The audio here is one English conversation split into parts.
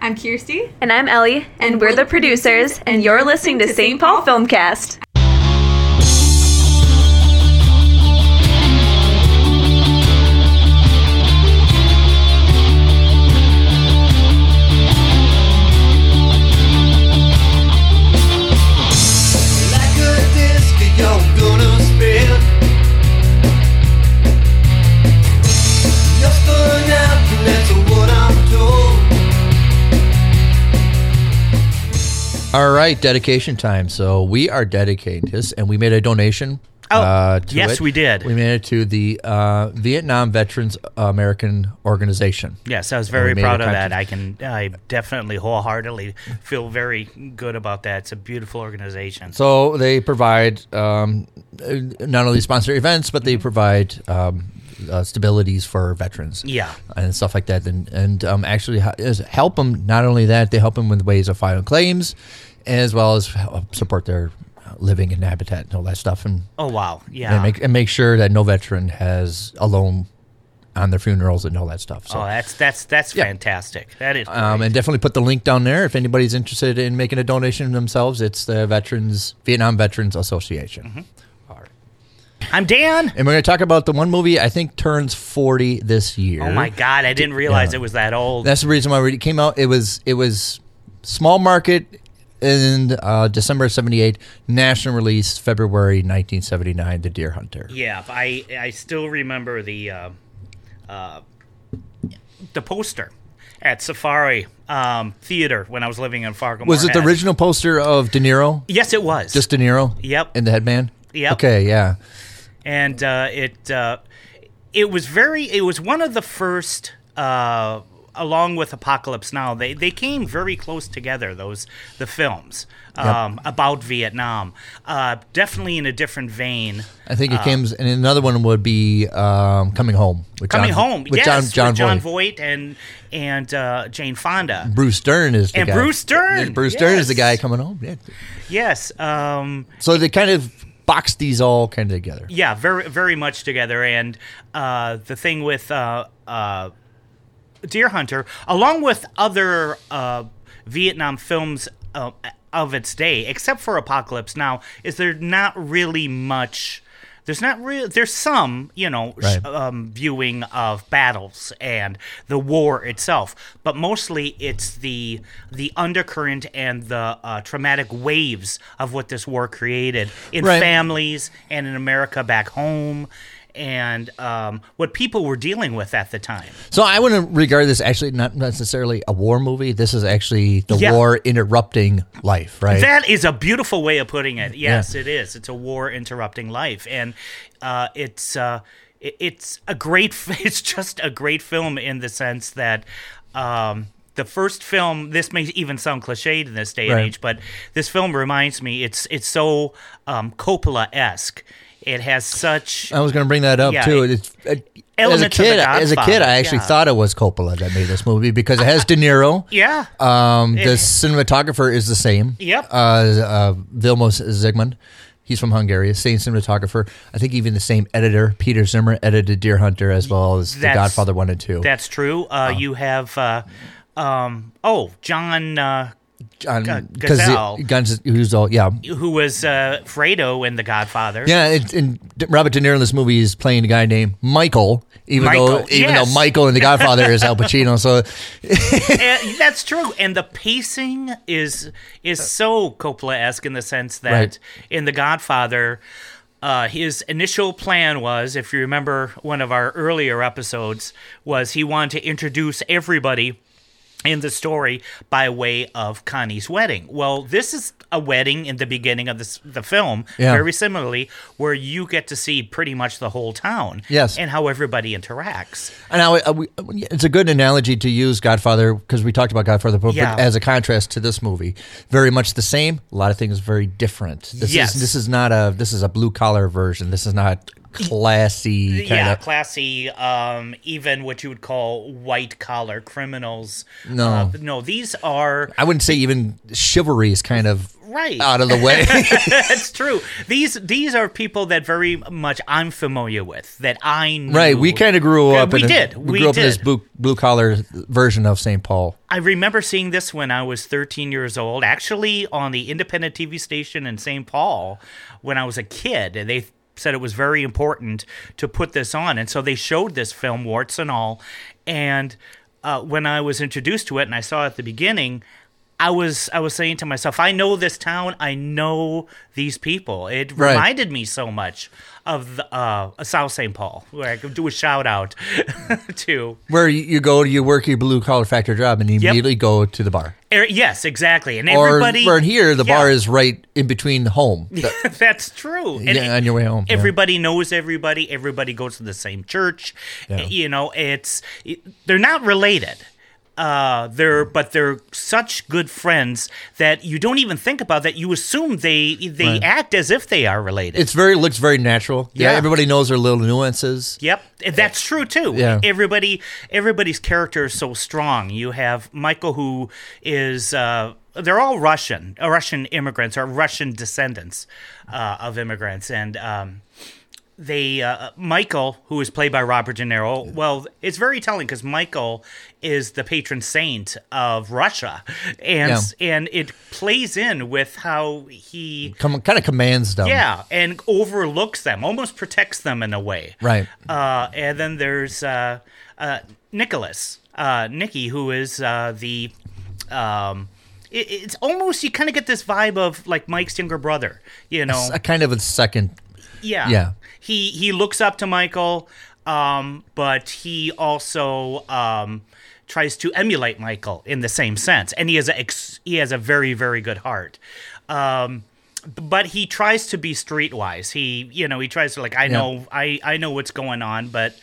I'm Kirsty. And I'm Ellie, and, we're the producers, and you're listening to St. Paul Filmcast. Like a disc you're gonna spin You're spun out and that's what I'm told All right, dedication time. So we are dedicating this, and we made a donation. Oh, uh, to yes, it. we did. We made it to the uh, Vietnam Veterans American Organization. Yes, I was very made proud a of that. conscious- I can, I definitely wholeheartedly feel very good about that. It's a beautiful organization. So they provide um, uh, not only sponsor events, but they Mm-hmm. provide um, uh, stabilities for veterans. Yeah. and stuff like that, and and um, actually h- is help them. Not only that, they help them with ways of filing claims, as well as help support their living and habitat and all that stuff, and oh wow, yeah. and make and make sure that no veteran has a loan on their funerals and all that stuff. So. oh, that's that's that's Yeah. fantastic. That is. um, great. and definitely put the link down there if anybody's interested in making a donation themselves. It's the Veterans Vietnam Veterans Association. Mm-hmm. I'm Dan. And we're going to talk about the one movie I think turns 40 this year. Oh my God, I didn't realize it was that old. That's the reason why when it came out. It was it was small market in uh, December of 78, national release February 1979, The Deer Hunter. yeah, I I still remember the uh, uh, the poster at Safari um, Theater when I was living in Fargo. Was it the Moorhead. original poster of De Niro? Yes, it was. Just De Niro? Yep. And the headband? Yep. Okay, yeah. and uh, it uh, it was very it was one of the first uh, along with Apocalypse Now they they came very close together those the films um, about Vietnam uh, definitely in a different vein I think Uh, it came, and another one would be um, Coming Home. With coming John, home With yes John, John, with John Voight. Voight and and uh, Jane Fonda Bruce Stern is the And guy. Bruce Stern, Bruce Stern is the guy yes. coming home. Yeah. yes um, So they kind of boxed these all kind of together. yeah very very much together and uh, the thing with uh, uh, deer hunter along with other uh, vietnam films uh, of its day except for apocalypse now is there not really much there's not real. There's some, you know, sh- Right. um, viewing of battles and the war itself, but mostly it's the the undercurrent and the uh, traumatic waves of what this war created in Right. families and in America back home, and um, what people were dealing with at the time. So I wouldn't regard this actually not necessarily a war movie. This is actually the Yeah. war interrupting life, right? That is a beautiful way of putting it. Yes, it is. It's a war interrupting life, and uh, it's uh, it- it's a great. It's just a great film in the sense that. Um, the first film, this may even sound cliched in this day and Right. age, but this film reminds me, it's it's so um, Coppola esque. It has such I was going to bring that up Yeah, too. it- It's, it, as Elements a of The kid, as a kid, Godfather, I actually yeah. thought it was Coppola that made this movie because it has De Niro. yeah, Um, the It- cinematographer is the same. Eh. Yep. Uh, uh, Vilmos Zsigmond. He's from Hungary. Same cinematographer. I think even the same editor, Peter Zimmer, edited Deer Hunter as well as The That's- Godfather One and Two. that's true. Uh, You have uh, um, oh John uh, John G- Gazi- Gazelle. Um, Guns, who's all yeah, who was uh, Fredo in The Godfather. yeah. It, and D- Robert De Niro in this movie is playing a guy named Michael, even though Michael, even yes. though Michael in The Godfather is Al Pacino. So and that's true. And the pacing is is so Coppola esque in the sense that Right. in The Godfather, uh, his initial plan was, if you remember one of our earlier episodes, was he wanted to introduce everybody in the story by way of Connie's wedding. Well, this is a wedding in the beginning of this, the film, Yeah. very similarly, where you get to see pretty much the whole town Yes. and how everybody interacts. And I, I- we- it's a good analogy to use Godfather because we talked about Godfather but Yeah. as a contrast to this movie. Very much the same. A lot of things very different. This Yes. is this is not a this is a blue collar version. This is not classy kind yeah, of. classy. Um, even what you would call white collar criminals. No. Uh, no, these are I wouldn't say even chivalry is kind of right. out of the way. That's true. These these are people that very much I'm familiar with that I knew. right. We kind of grew Yeah, up. We in a- did. we we grew up did. in this blue, blue collar version of St. Paul. I remember seeing this when I was 13 years old, actually on the independent TV station in St. Paul when I was a kid. And they said it was very important to put this on. And so they showed this film, warts and all. And uh, when I was introduced to it and I saw it at the beginning, I was I was saying to myself, I know this town. I know these people. It Right. reminded me so much of the, uh, South St. Paul, where I could do a shout out to Where you, you go, you work your blue collar factor job, and you Yep. immediately go to the bar. Er, yes, exactly. And Or, everybody or here, the Yeah, bar is right in between the home. The- that's true. And Yeah, on your way home, yeah. Everybody knows everybody. Everybody goes to the same church. Yeah. You know, it's they're not related. Uh, they're but they're such good friends that you don't even think about that. You assume they they Right. act as if they are related. it's very looks very natural. Yeah, Yeah. everybody knows their little nuances. Yep, and that's true too. Yeah. Everybody, everybody's character is so strong. You have Michael, who is uh, they're all Russian, uh, Russian immigrants or Russian descendants uh, of immigrants, and um, they uh, Michael, who is played by Robert De Niro. Well, it's very telling because Michael is the patron saint of Russia, and and it plays in with how he. Come, kind of commands them. Yeah, and overlooks them, almost protects them in a way. Right. Uh, and then there's uh, uh, Nicholas, uh, Nikki, who is uh, the. Um, it, it's almost you kind of get this vibe of like Mike's younger brother, you know? a kind of a second. yeah, yeah. He he looks up to Michael, um, but he also um, tries to emulate Michael in the same sense, and he has a ex- he has a very very good heart. Um, but he tries to be streetwise. He, you know, he tries to like, I know, I, I know what's going on, but,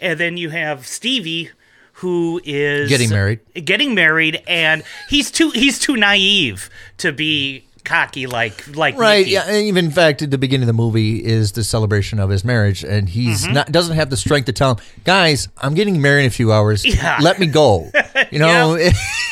and then you have Stevie, who is Getting married. getting married, and he's too, he's too naive to be cocky like, like Right. Nikki. Yeah. And even in fact, at the beginning of the movie is the celebration of his marriage, and he's Mm-hmm. not doesn't have the strength to tell him, guys, I'm getting married in a few hours. Yeah. Let me go. You know,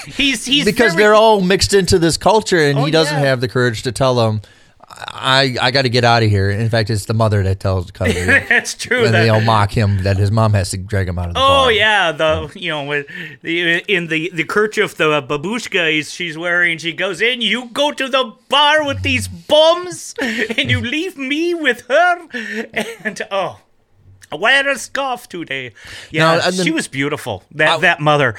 He's, he's because very- they're all mixed into this culture, and Oh, he doesn't yeah. have the courage to tell them. I, I got to get out of here. In fact, it's the mother that tells the cousin, That's true. and that- they all mock him that his mom has to drag him out of the Oh bar. yeah, the you know with the, in the the kerchief the babushka is she's wearing, she goes in. You go to the bar with these bums, and you leave me with her. And oh, I wear a scarf today. Yeah, Now, and then- she was beautiful. That that mother.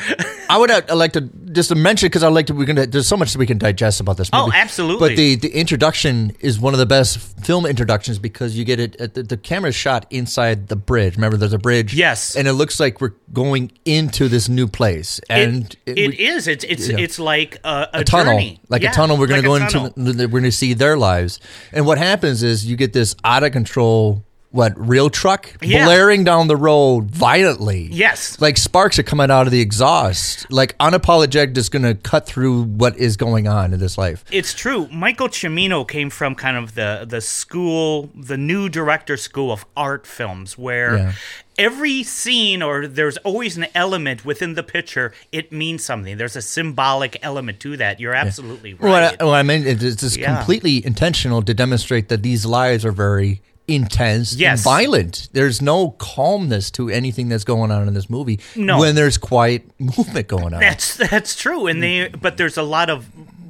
I would uh, like to just to mention because I like to we can there's so much that we can digest about this Oh, movie. absolutely. But the the introduction is one of the best film introductions because you get it at the, the camera's shot inside the bridge. Remember, there's a bridge. Yes. and it looks like we're going into this new place, and it, we- it is. It's it's yeah. it's like a, a, a tunnel, journey. like Yeah, a tunnel. We're going like a to go tunnel. into. We're going to see their lives, and what happens is you get this out of control. What real truck Yeah. blaring down the road violently? Yes. like sparks are coming out of the exhaust. Like unapologetic is going to cut through what is going on in this life. It's true. Michael Cimino came from kind of the the school, the new director school of art films, where Yeah. every scene or there's always an element within the picture. It means something. There's a symbolic element to that. You're absolutely right. What I, what I mean is it's just Yeah. completely intentional to demonstrate that these lives are very intense and Yes. violent. There's no calmness to anything that's going on in this movie No. when there's quiet movement going on. that's that's true. And they but there's a lot of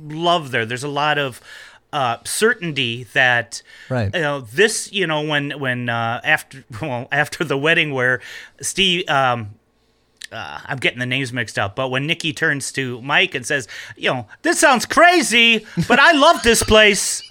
love there. There's a lot of uh, certainty that Right. you know this you know when when uh, after well after the wedding where Steve um, uh, I'm getting the names mixed up, but when Nikki turns to Mike and says, you know, this sounds crazy, but I love this place.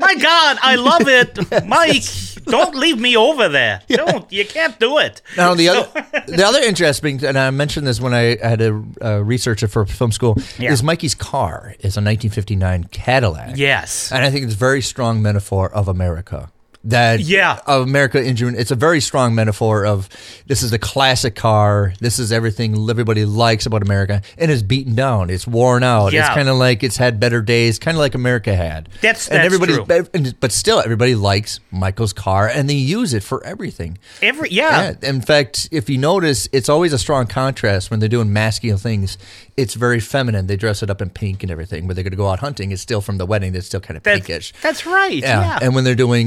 My God, I love it. Mike, don't leave me over there. Don't. You can't do it. Now Oh, the other the other interesting, and I mentioned this when I had a uh, researcher for film school, Yeah. is Mikey's car is a 1959 Cadillac. Yes. and I think it's a very strong metaphor of America. That Yeah. of America in June. It's a very strong metaphor of this is the classic car. This is everything everybody likes about America, and it's beaten down. It's worn out. It's Yeah. kind of like it's had better days, kind of like America had. That's- and that's everybody's true. be- and- but still everybody likes Michael's car, and they use it for everything. Every yeah. Yeah. In fact, if you notice, it's always a strong contrast when they're doing masculine things. it's very feminine. They dress it up in pink and everything. When they're going to go out hunting, it's still from the wedding. That's still kind of That's- pinkish. that's right, yeah. And when they're doing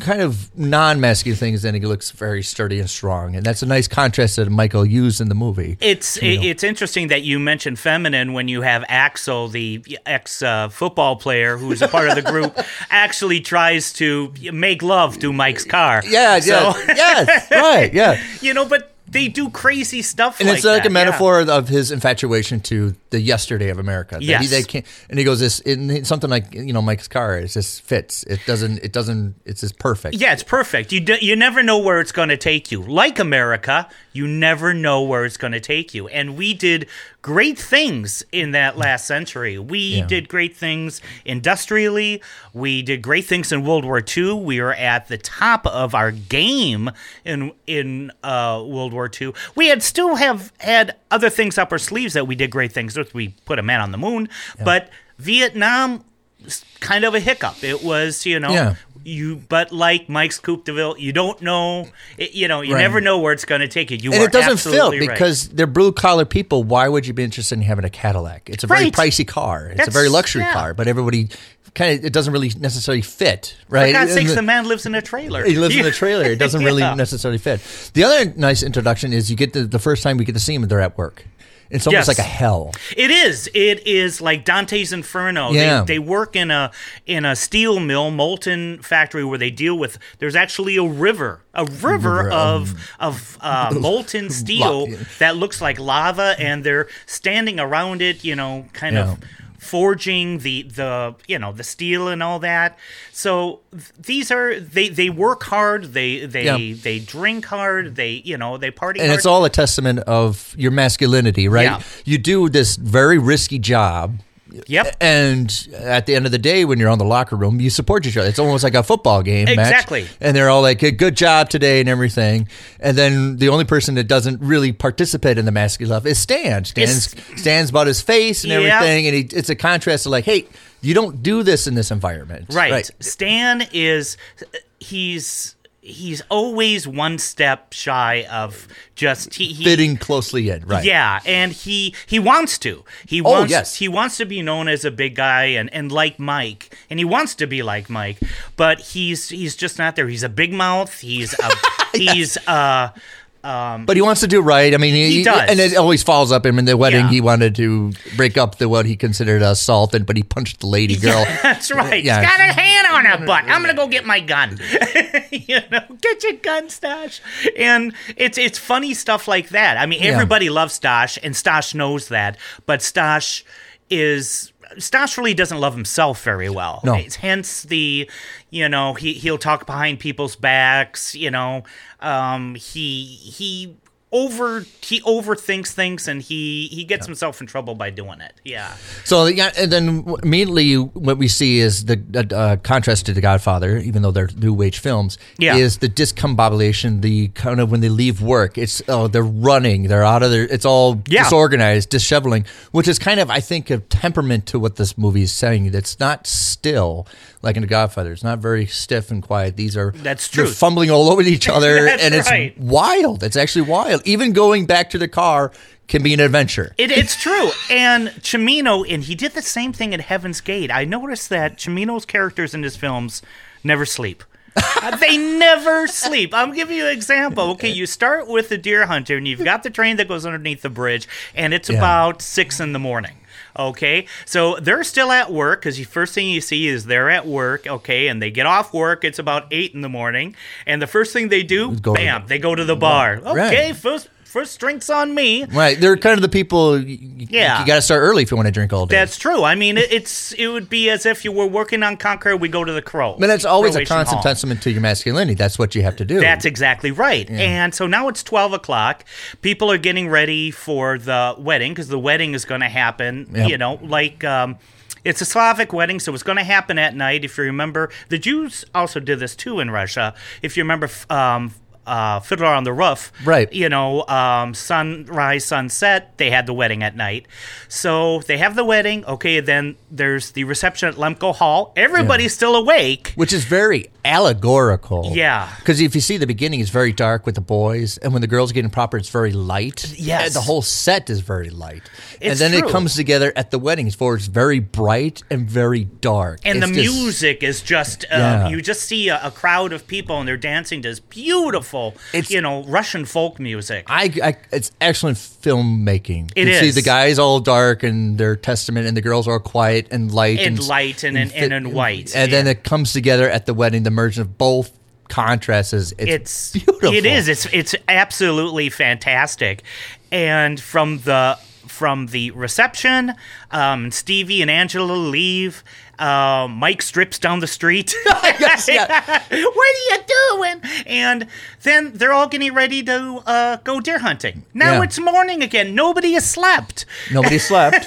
kind of non-masculine things, then it looks very sturdy and strong. And that's a nice contrast that Michael used in the movie. It's it, it's interesting that you mentioned feminine when you have Axel, the ex uh, football player who's a part of the group, actually tries to make love to Mike's car. yeah, yeah, So- yes, right, yeah. you know, but they do crazy stuff. And like it's like that, a yeah. metaphor of his infatuation to the yesterday of America. that he- Yes. they can't, and he goes this and it's something like you know Mike's car. It just fits. It doesn't. It doesn't. It's just perfect. Yeah, it's perfect. You d- you never know where it's going to take you. Like America, you never know where it's going to take you. And we did great things in that last century. We Yeah. did great things industrially. We did great things in World War II. We were at the top of our game in in uh, World War II. We had still have had other things up our sleeves that we did great things with. We put a man on the moon, but Vietnam. was Kind of a hiccup. It was, you know, Yeah. you but like Mike's Coupe de Ville, you don't know. It, you know, you Right. never know where it's going to take you. You And are it doesn't fit absolutely right. because they're blue collar people. Why would you be interested in having a Cadillac? It's a very Right. pricey car. It's a That's- very luxury yeah. car, but everybody kind of it doesn't really necessarily fit, for right? God's And sakes, the- the man lives in a trailer. He lives in a trailer. It doesn't really Yeah. necessarily fit. The other nice introduction is you get the, the first time we get to see him, they're at work. It's almost Yes. like a hell. It is. It is like Dante's Inferno. Yeah. They, they work in a in a steel mill, molten factory where they deal with. There's actually a river, a river, um, of of uh, molten steel yeah. that looks like lava, and they're standing around it. You know, kind of Yeah. forging the the you know the steel and all that. So th- these are they they work hard. They they Yeah. they drink hard. They you know they party. And hard. it's all a testament of your masculinity, right? Yeah. You do this very risky job. Yep. And at the end of the day, when you're on the locker room, you support each other. It's almost like a football game match. Exactly. And they're all like, "Hey, good job today and everything. And then the only person that doesn't really participate in the masculine stuff is Stan. Stan's, Stan's about his face and Yeah. everything. And he, it's a contrast to like, hey, you don't do this in this environment. Right. Stan is he's he's always one step shy of just he, he Fitting closely in. Right. Oh, yeah, and he he wants to. He wants yes. he wants to be known as a big guy and and like Mike, and he wants to be like Mike, but he's he's just not there. He's a big mouth. He's a, he's uh But he wants to do right. I mean, he, does. and it always falls up him in the wedding. Yeah. He wanted to break up the what he considered assault, and but he punched the lady girl. that's right. Yeah. He's got a hand on her butt. I'm gonna go get my gun. you know, get your gun, Stash. And it's it's funny stuff like that. I mean, everybody loves Stash, and Stash knows that, but Stash is. Stash really doesn't love himself very well. No. It's hence the, you know, he he'll talk behind people's backs. You know, um, he he over he overthinks things and he he gets himself in trouble by doing it. Yeah. So yeah, and then immediately what we see is the uh, uh, contrast to The Godfather, even though they're new age films, Yeah. is the discombobulation, the kind of when they leave work, it's oh they're running, they're out of their, it's all Yeah. disorganized, disheveling, which is kind of I think a temperament to what this movie is saying. That's not still like in The Godfather. It's not very stiff and quiet. These are That's they're true. fumbling all over each other, That's and it's right. wild. It's actually wild. Even going back to the car can be an adventure. It, it's true. And Chimino, and he did the same thing in Heaven's Gate. I noticed that Chimino's characters in his films never sleep. Uh, they never sleep. I'm giving you an example. Okay, you start with the deer hunter, and you've got the train that goes underneath the bridge, and it's about six in the morning. Okay, so they're still at work because the first thing you see is they're at work. Okay, and they get off work. It's about eight in the morning, and the first thing they do, Go to bam, the- they go to the bar. Right. Okay, first first drinks on me. Right. They're kind of the people. You, Yeah. You got to start early if you want to drink all day. That's true. I mean, it, it's it would be as if you were working on Conquer. We go to the Crow. I mean, that's always a Croatian constant Hall. testament to your masculinity. That's what you have to do. That's exactly right. And so now it's 12 o'clock. People are getting ready for the wedding because the wedding is going to happen, Yep. you know, like um, it's a Slavic wedding, so it's going to happen at night. If you remember, the Jews also did this too in Russia. If you remember, f- um, uh, Fiddler on the Roof. Right. You know, um, sunrise, sunset. They had the wedding at night, so they have the wedding. Okay, then there's the reception at Lemko Hall. Everybody's still awake. which is very allegorical. Yeah. Because if you see the beginning, it's very dark with the boys, and when the girls get in proper, it's very light. Yes. And the whole set is very light, and It's then true. it comes together at the weddings for it's very bright and very dark, And It's the just- music is just, um, Yeah. you just see a, a crowd of people and they're dancing to this beautiful, It's- you know, Russian folk music. I, I, it's excellent filmmaking. It you see is. the guys all dark and their testament, and the girls are quiet and light And light and- and- fit- and in white, and then yeah. it comes together at the wedding. The merging of both contrasts is it's it's, beautiful. It is. It's it's absolutely fantastic. And from the from the reception, um, Stevie and Angela leave. Um, Mike strips down the street. what are you doing? And then they're all getting ready to uh, go deer hunting. Now Yeah. it's morning again. Nobody has slept. Nobody slept.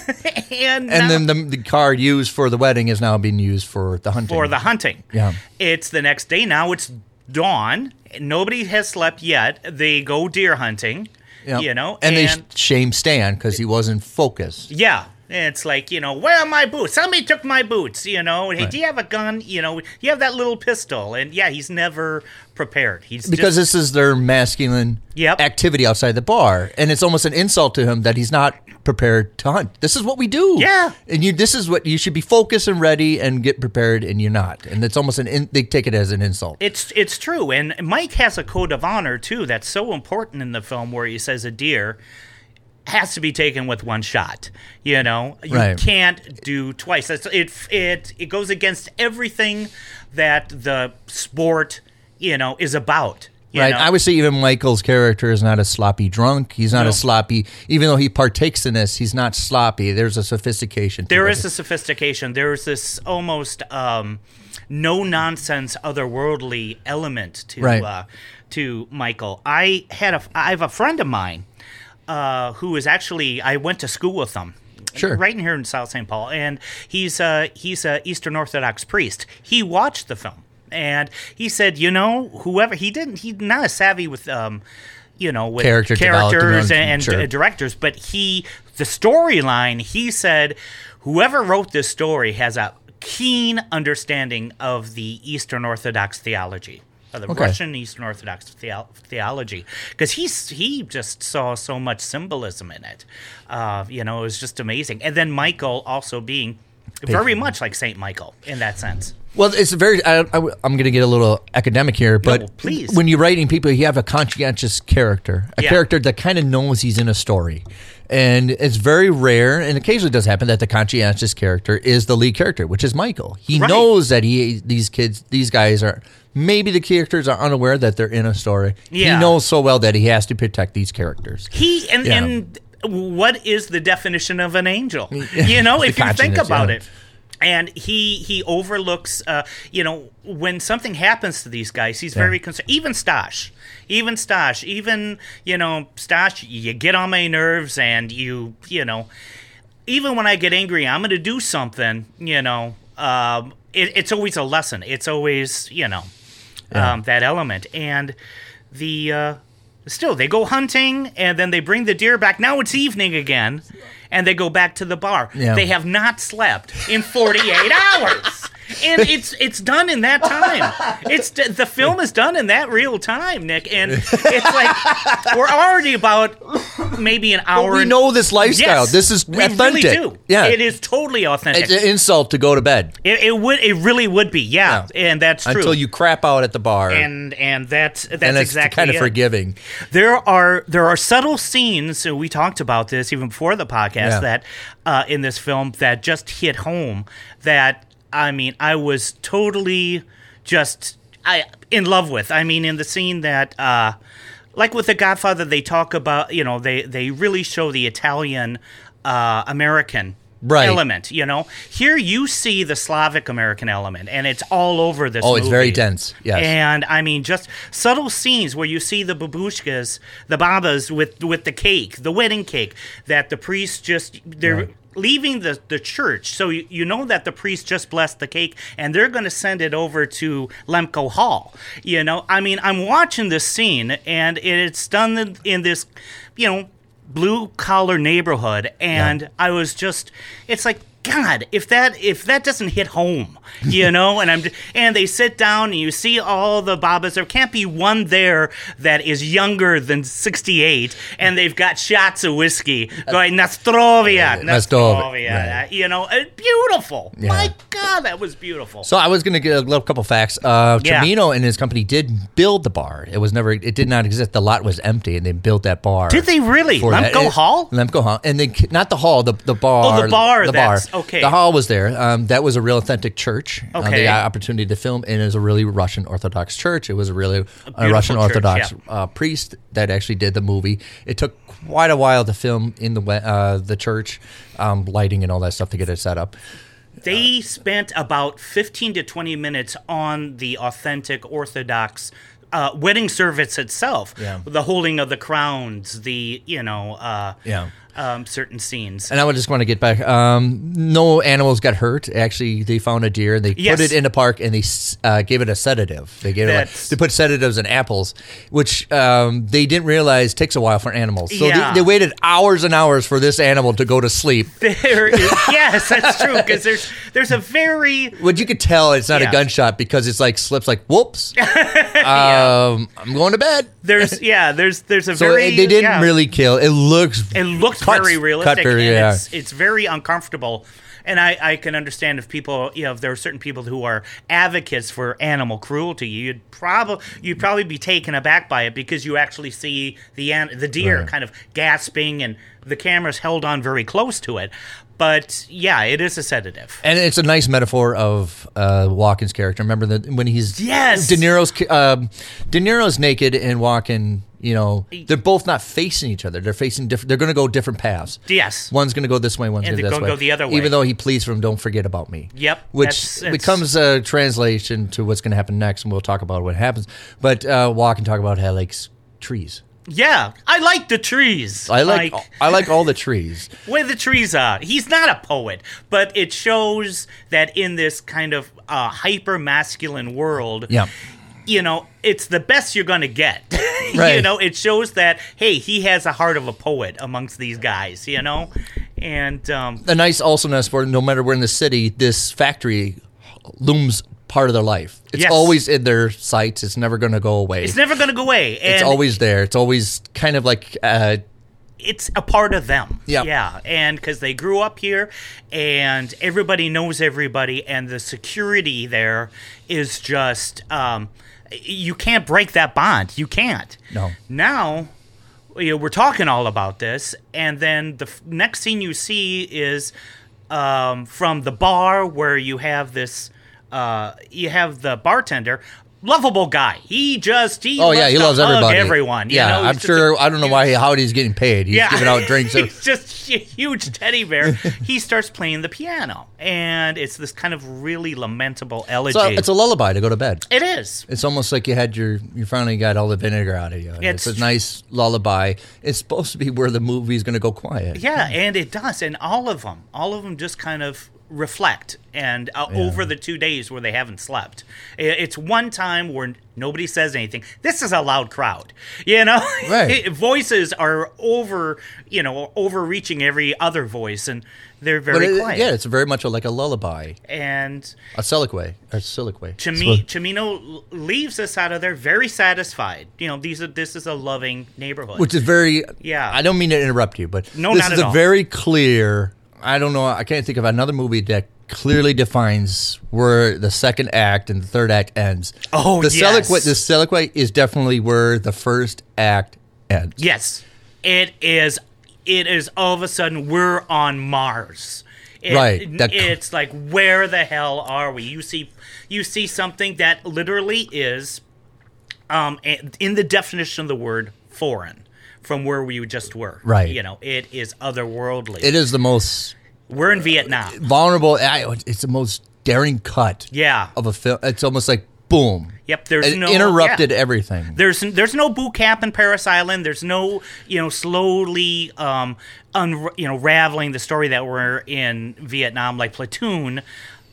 And, now- and then the, the car used for the wedding is now being used for the hunting. for the hunting. Yeah. It's the next day now. It's dawn. Nobody has slept yet. They go deer hunting. Yeah. You know, and, they sh- shame Stan because he wasn't focused. yeah. It's like, you know, where are my boots? Somebody took my boots, you know. Hey, do you have a gun? You know, you have that little pistol. And yeah, he's never prepared. He's Because just, this is their masculine Yep. activity outside the bar, and it's almost an insult to him that he's not prepared to hunt. This is what we do. Yeah. and you this is what you should be focused and ready and get prepared, and you're not. And it's almost an in, they take it as an insult. It's it's true, and Mike has a code of honor too that's so important in the film, where he says a deer has to be taken with one shot. You know, you Right. can't do twice. That's it. It it goes against everything that the sport you know is about. you Right. know? I would say even Michael's character is not a sloppy drunk. He's not No. a sloppy, even though he partakes in this, he's not sloppy. There's a sophistication. to There it. is a sophistication. There is this almost um, no nonsense, otherworldly element to Right. uh, to Michael. I had a I have a friend of mine uh, who is actually I went to school with him. Sure. Right in here in South St. Paul, and he's a he's a Eastern Orthodox priest. He watched the film, and he said, you know, whoever he didn't he's not as savvy with um, you know, with Character development, characters and, and sure. directors, but he the storyline he said whoever wrote this story has a keen understanding of the Eastern Orthodox theology. Of the Okay. Russian Eastern Orthodox theo- theology, because he s- he just saw so much symbolism in it, uh, you know, it was just amazing. And then Michael also being very much like Saint Michael in that sense. Well, it's very. I, am going to get a little academic here, but please. when you're writing people, you have a conscientious character, a Yeah. character that kind of knows he's in a story, and it's very rare, and occasionally does happen that the conscientious character is the lead character, which is Michael. He Right. knows that he these kids, these guys are maybe the characters are unaware that they're in a story. Yeah. He knows so well that he has to protect these characters. He and Yeah. and what is the definition of an angel? You know, if you think consciousness, about yeah. it. And he he overlooks, uh, you know, when something happens to these guys, he's very concerned. Even Stash, even Stash, even you know, Stash, you get on my nerves, and you you know, even when I get angry, I'm going to do something. You know, um, it, it's always a lesson. It's always you know um, that element. And the uh, still they go hunting, and then they bring the deer back. Now it's evening again, and they go back to the bar. Yeah. They have not slept in 48 hours. And it's it's done in that time. It's d- the film is done in that real time, Nick. And it's like we're already about maybe an hour. we and- know this lifestyle. Yes, This is we authentic. Really do. Yeah. it is totally authentic. It's an insult to go to bed It, it would. It really would be. Yeah, Yeah. and that's true. until you crap out at the bar. and and that's that's and it's exactly kind of it. forgiving. There are there are subtle scenes, and we talked about this even before the Yeah. podcast that uh, in this film that just hit home. That I mean, I was totally just I in love with. I mean, in the scene that. Uh, like with the Godfather, they talk about you know they they really show the Italian uh, American Right. element. You know, here you see the Slavic American element, and it's all over this. Oh, it's very movie. dense, yes. and I mean just subtle scenes where you see the babushkas, the babas with with the cake, the wedding cake that the priest just they're leaving the, the church. So you, you know that the priest just blessed the cake and they're going to send it over to Lemko Hall. You know, I mean, I'm watching this scene and it's done in, in this, you know, blue collar neighborhood and I was just it's like god if that if that doesn't hit home you know and I'm and they sit down and you see all the babas there can't be one there that is younger than 68 and they've got shots of whiskey going Nostrovia, Nostrovia Nostrovia right. you know uh, beautiful Yeah. my god that was beautiful So I was going to get a little couple facts. Uh, Yeah. Tremino and his company did build the bar. It was never. It did not exist. The lot was empty, and they built that bar. Did they really? for that. Lemko It- Hall? Lemko Hall, and then not the hall, the the bar. Oh, the bar, The that's- bar. okay. The hall was there. Um, that was a real authentic church. Uh, they Okay. got opportunity to film, and it was a really Russian Orthodox church. It was a really a beautiful Russian church, Orthodox yeah. uh, priest that actually did the movie. It took quite a while to film in the we- uh, the church, um, lighting and all that stuff to get it set up. They spent about 15 to 20 minutes on the authentic Orthodox uh, wedding service itself. Yeah. The holding of the crowns, the, you know, uh, Yeah. um, certain scenes. And I would just want to get back. Um, no animals got hurt. Actually, they found a deer. They Yes. put it in the park and they s- uh, gave it a sedative. They gave it like, That's- they put sedatives in apples, which um, they didn't realize takes a while for animals. So Yeah. they, they waited hours and hours for this animal to go to sleep. There is, yes, that's true, because there's, there's a very. But you could tell it's not Yeah. a gunshot because it's like slips like whoops. um, I'm going to bed. There's yeah, there's there's a So very it- they didn't yeah. really kill. It looks It looks cuts- very cut realistic. very- and yeah. it's, it's very uncomfortable. And I, I can understand if people, you know, if there are certain people who are advocates for animal cruelty, you'd probably you'd probably be taken aback by it because you actually see the an- the deer Right. kind of gasping and the camera's held on very close to it. But yeah, it is a sedative. And it's a nice metaphor of uh, Walken's character. Remember that when he's Yes! De Niro's ca- um, De Niro's naked and Walken. You know, they're both not facing each other. They're facing different. They're going to go different paths. Yes. one's going to go this way. One's And going to they're this gonna way. go the other way. Even though he pleads for him, don't forget about me. Yep, which that's- it's- becomes a translation to what's going to happen next, and we'll talk about what happens. But uh, Walken talk about how he likes trees. Yeah, I like the trees. I like, I like all the trees. where the trees are. He's not a poet, but it shows that in this kind of uh, hyper masculine world, Yeah. you know, it's the best you're going to get. you Right. know, it shows that, hey, he has a heart of a poet amongst these guys, you know? And um, a nice also nice for no matter where in the city this factory looms part of their life it's Yes. always in their sights it's never going to go away it's never going to go away. And It's always there it's always kind of like uh, it's a part of them. Yeah. Yeah. And because they grew up here and everybody knows everybody, and the security there is just, um, you can't break that bond. You can't. No. Now, you know, we're talking all about this, and then the f- next scene you see is um, from the bar where you have this, uh, you have the bartender. Lovable guy. He just he oh yeah he to loves hug everybody Everyone. you yeah know, he's i'm just a sure i don't know why how he's getting paid he's giving out drinks he's just a huge teddy bear. he starts playing the piano, and it's this kind of really lamentable elegy. so it's a lullaby to go to bed it is. it's almost like you had your you finally got all the vinegar out of you it's, It's a nice lullaby it's supposed to be where the movie's going to go quiet Yeah, and it does, and all of them, all of them, just kind of reflect and uh, over the two days where they haven't slept. I- It's one time where nobody says anything. This is a loud crowd, you know. Right. Voices are over, you know, overreaching every other voice, and they're but very it- quiet. yeah it's very much like a lullaby and a soliloquy a soliloquy Chimi- Chimino l- leaves us out of there very satisfied. You know, these are this is a loving neighborhood. which is very Yeah. i don't mean to interrupt you but No, this not is at a all. very clear i don't know i can't think of another movie that clearly defines where the second act and the third act ends Oh, the yes. soliloquy the soliloquy is definitely where the first act ends yes, it is. It is all of a sudden we're on Mars. It- Right, that- it's like where the hell are we? You see, you see something that literally is, um, a- in the definition of the word foreign. From where we just were, Right. You know, it is otherworldly. it is the most We're in Vietnam. vulnerable I- it's the most daring cut Yeah. of a film it's almost like boom Yep, there's It no interrupted yeah. everything. There's there's no boot camp in Paris Island. There's no you know slowly um un, you know raveling the story that we're in Vietnam like Platoon,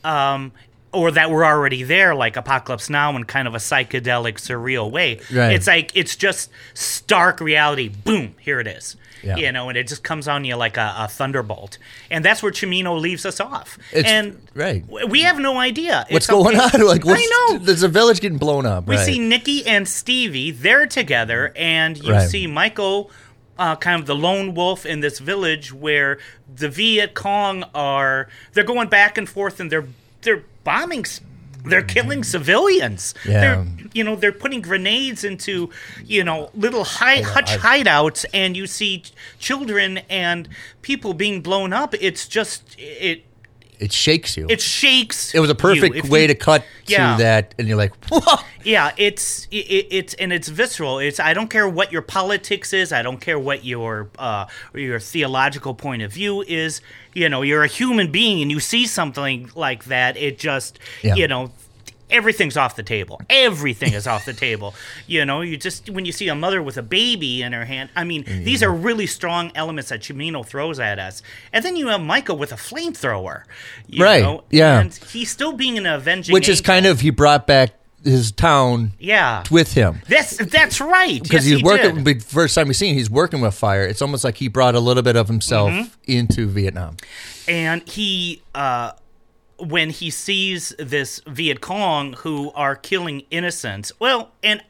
um or that we're already there like Apocalypse Now in kind of a psychedelic surreal way. Right. It's like it's just stark reality. Boom, here it is. Yeah. You know, and it just comes on you like a, a thunderbolt, and that's where Chimino leaves us off. It's- and right. w- we have no idea what's It's something- going on? Like, what's, I know there's a village getting blown up. we right. see Nikki and Stevie, they're together, and you Right. see Michael, uh, kind of the lone wolf in this village where the Viet Cong are. They're going back and forth, and they're they're bombing. s- They're killing civilians. Yeah. They're you know they're putting grenades into you know little high hutch hideouts, and you see ch- children and people being blown up. It's just it it shakes you. it shakes. it was a perfect way to cut Yeah. to that, and you're like, "Whoa!" Yeah, it's i i- it's and it's visceral. It's I don't care what your politics is. I don't care what your uh, your theological point of view is. You know, you're a human being, and you see something like that. It just Yeah. you know. Everything's off the table. Everything is off the table. You know, you just when you see a mother with a baby in her hand. I mean, Mm-hmm. these are really strong elements that Chimino throws at us. And then you have Michael with a flamethrower. you Right, know, yeah. And he's still being an avenging. Which is angel. kind of he brought back his town yeah with him that's that's right. because yes, he's he working. Did. be- First time we see him, he's working with fire. It's almost like he brought a little bit of himself Mm-hmm. into Vietnam. And he, uh, when he sees this Viet Cong who are killing innocents, well, and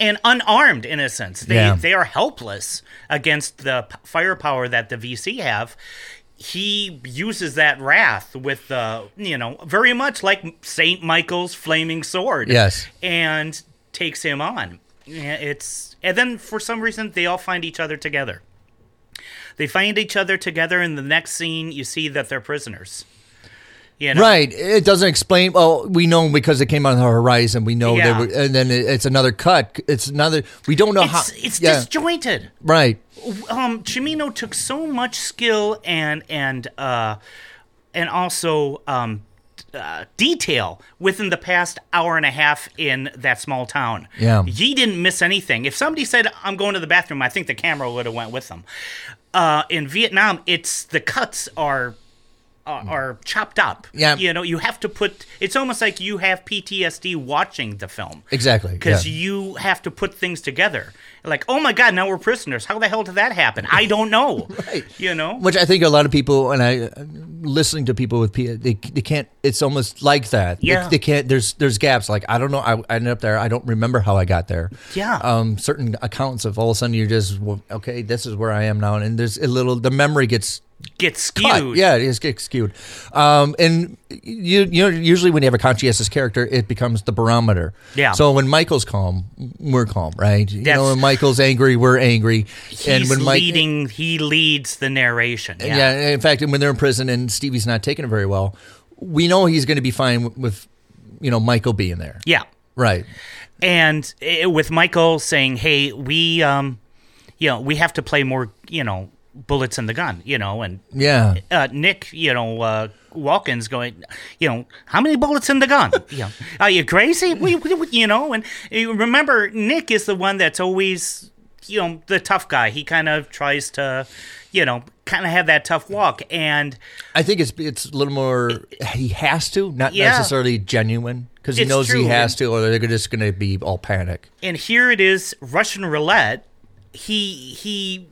and unarmed innocents, they Yeah. they are helpless against the p- firepower that the VC have. He uses that wrath with, uh, you know, very much like Saint Michael's flaming sword. Yes. and takes him on. Yeah, It's and then for some reason they all find each other together. They find each other together in the next scene. You see that they're prisoners. You know? Right. It doesn't explain. Well, we know because it came on the horizon. We know Yeah. that, and then it, it's another cut. It's another. We don't know how. It's, it's yeah. disjointed. right. Um, Chimino took so much skill and and uh, and also um, uh, detail within the past hour and a half in that small town. Yeah. he didn't miss anything. If somebody said, "I'm going to the bathroom," I think the camera would have went with them. Uh, in Vietnam, it's the cuts are are, are chopped up. Yeah. you know, you have to put. It's almost like you have PTSD watching the film Exactly. because yeah. you have to put things together. Like, oh my God, now we're prisoners. How the hell did that happen? I don't know. Right. You know. which I think a lot of people and I uh, listening to people with P, they they can't. It's almost like that. They- Yeah. they, can't. There's there's gaps. Like I don't know. I, I ended up there. I don't remember how I got there. Yeah. Um. Certain accounts of all of a sudden you're just well, okay. This is where I am now, and there's a little. The memory gets Get cut. skewed. Yeah, it is gets skewed. Um, and you you know usually when you have a conscientious character, it becomes the barometer. Yeah. So when Michael's calm, we're calm, right? You That's- know, when Michael's angry, we're angry. He's and when Mike- leading. he leads the narration. Yeah. and Yeah. In fact, and when they're in prison and Stevie's not taking it very well, we know he's going to be fine with, with you know Michael being there. Yeah. Right. And eh, with Michael saying, "Hey, we, um, you know, we have to play more, you know, bullets in the gun, you know," and Yeah. uh, Nick, you know, uh, Walkins going, you know, how many bullets in the gun? you know, are you crazy? We, we- we- you know, and you remember, Nick is the one that's always, you know, the tough guy. He kind of tries to, you know, kind of have that tough walk. And I think it's it's a little more. He has to, not Yeah. necessarily genuine, because he It's knows true. he has to, or they're just going to be all panic. and here it is, Russian roulette. He he,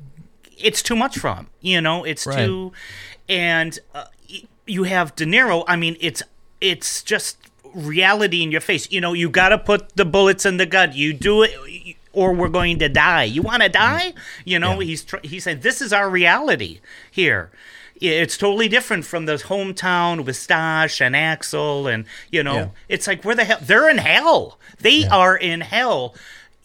it's too much for him. You know, it's Right. too, and uh, y- you have De Niro. I mean, it's it's just reality in your face. You know, you got to put the bullets in the gun. You do it, or we're going to die. You want to die? You know, he's tr- he said this is our reality here. I- It's totally different from the hometown with Stash and Axel, and you know, Yeah. it's like where the hell they're in hell. They are in hell,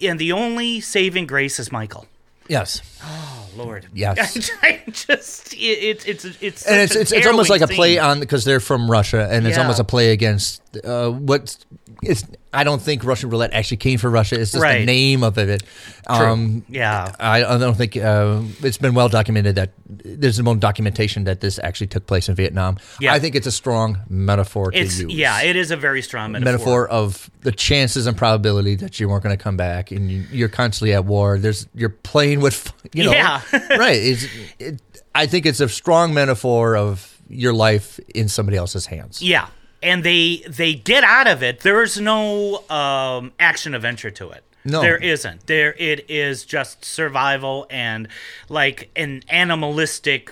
and the only saving grace is Michael. Yes. Oh Lord, Yes. I just it, it's it's it's and it's such an it's, it's almost like harrowing a play scene. on because they're from Russia, and it's Yeah. almost a play against uh, what it's I don't think Russian roulette actually came for Russia. It's just the Right. name of it. Um, Yeah. I, I don't think uh, it's been well documented that there's no documentation that this actually took place in Vietnam. Yeah. I think it's a strong metaphor to It's use. yeah, it is a very strong metaphor. metaphor of the chances and probability that you weren't going to come back, and you, you're constantly at war. There's you're playing with you know Yeah. right. It's, it, I think it's a strong metaphor of your life in somebody else's hands. Yeah, and they they get out of it. There is no um, action adventure to it. No. there isn't. There it is just survival and like an animalistic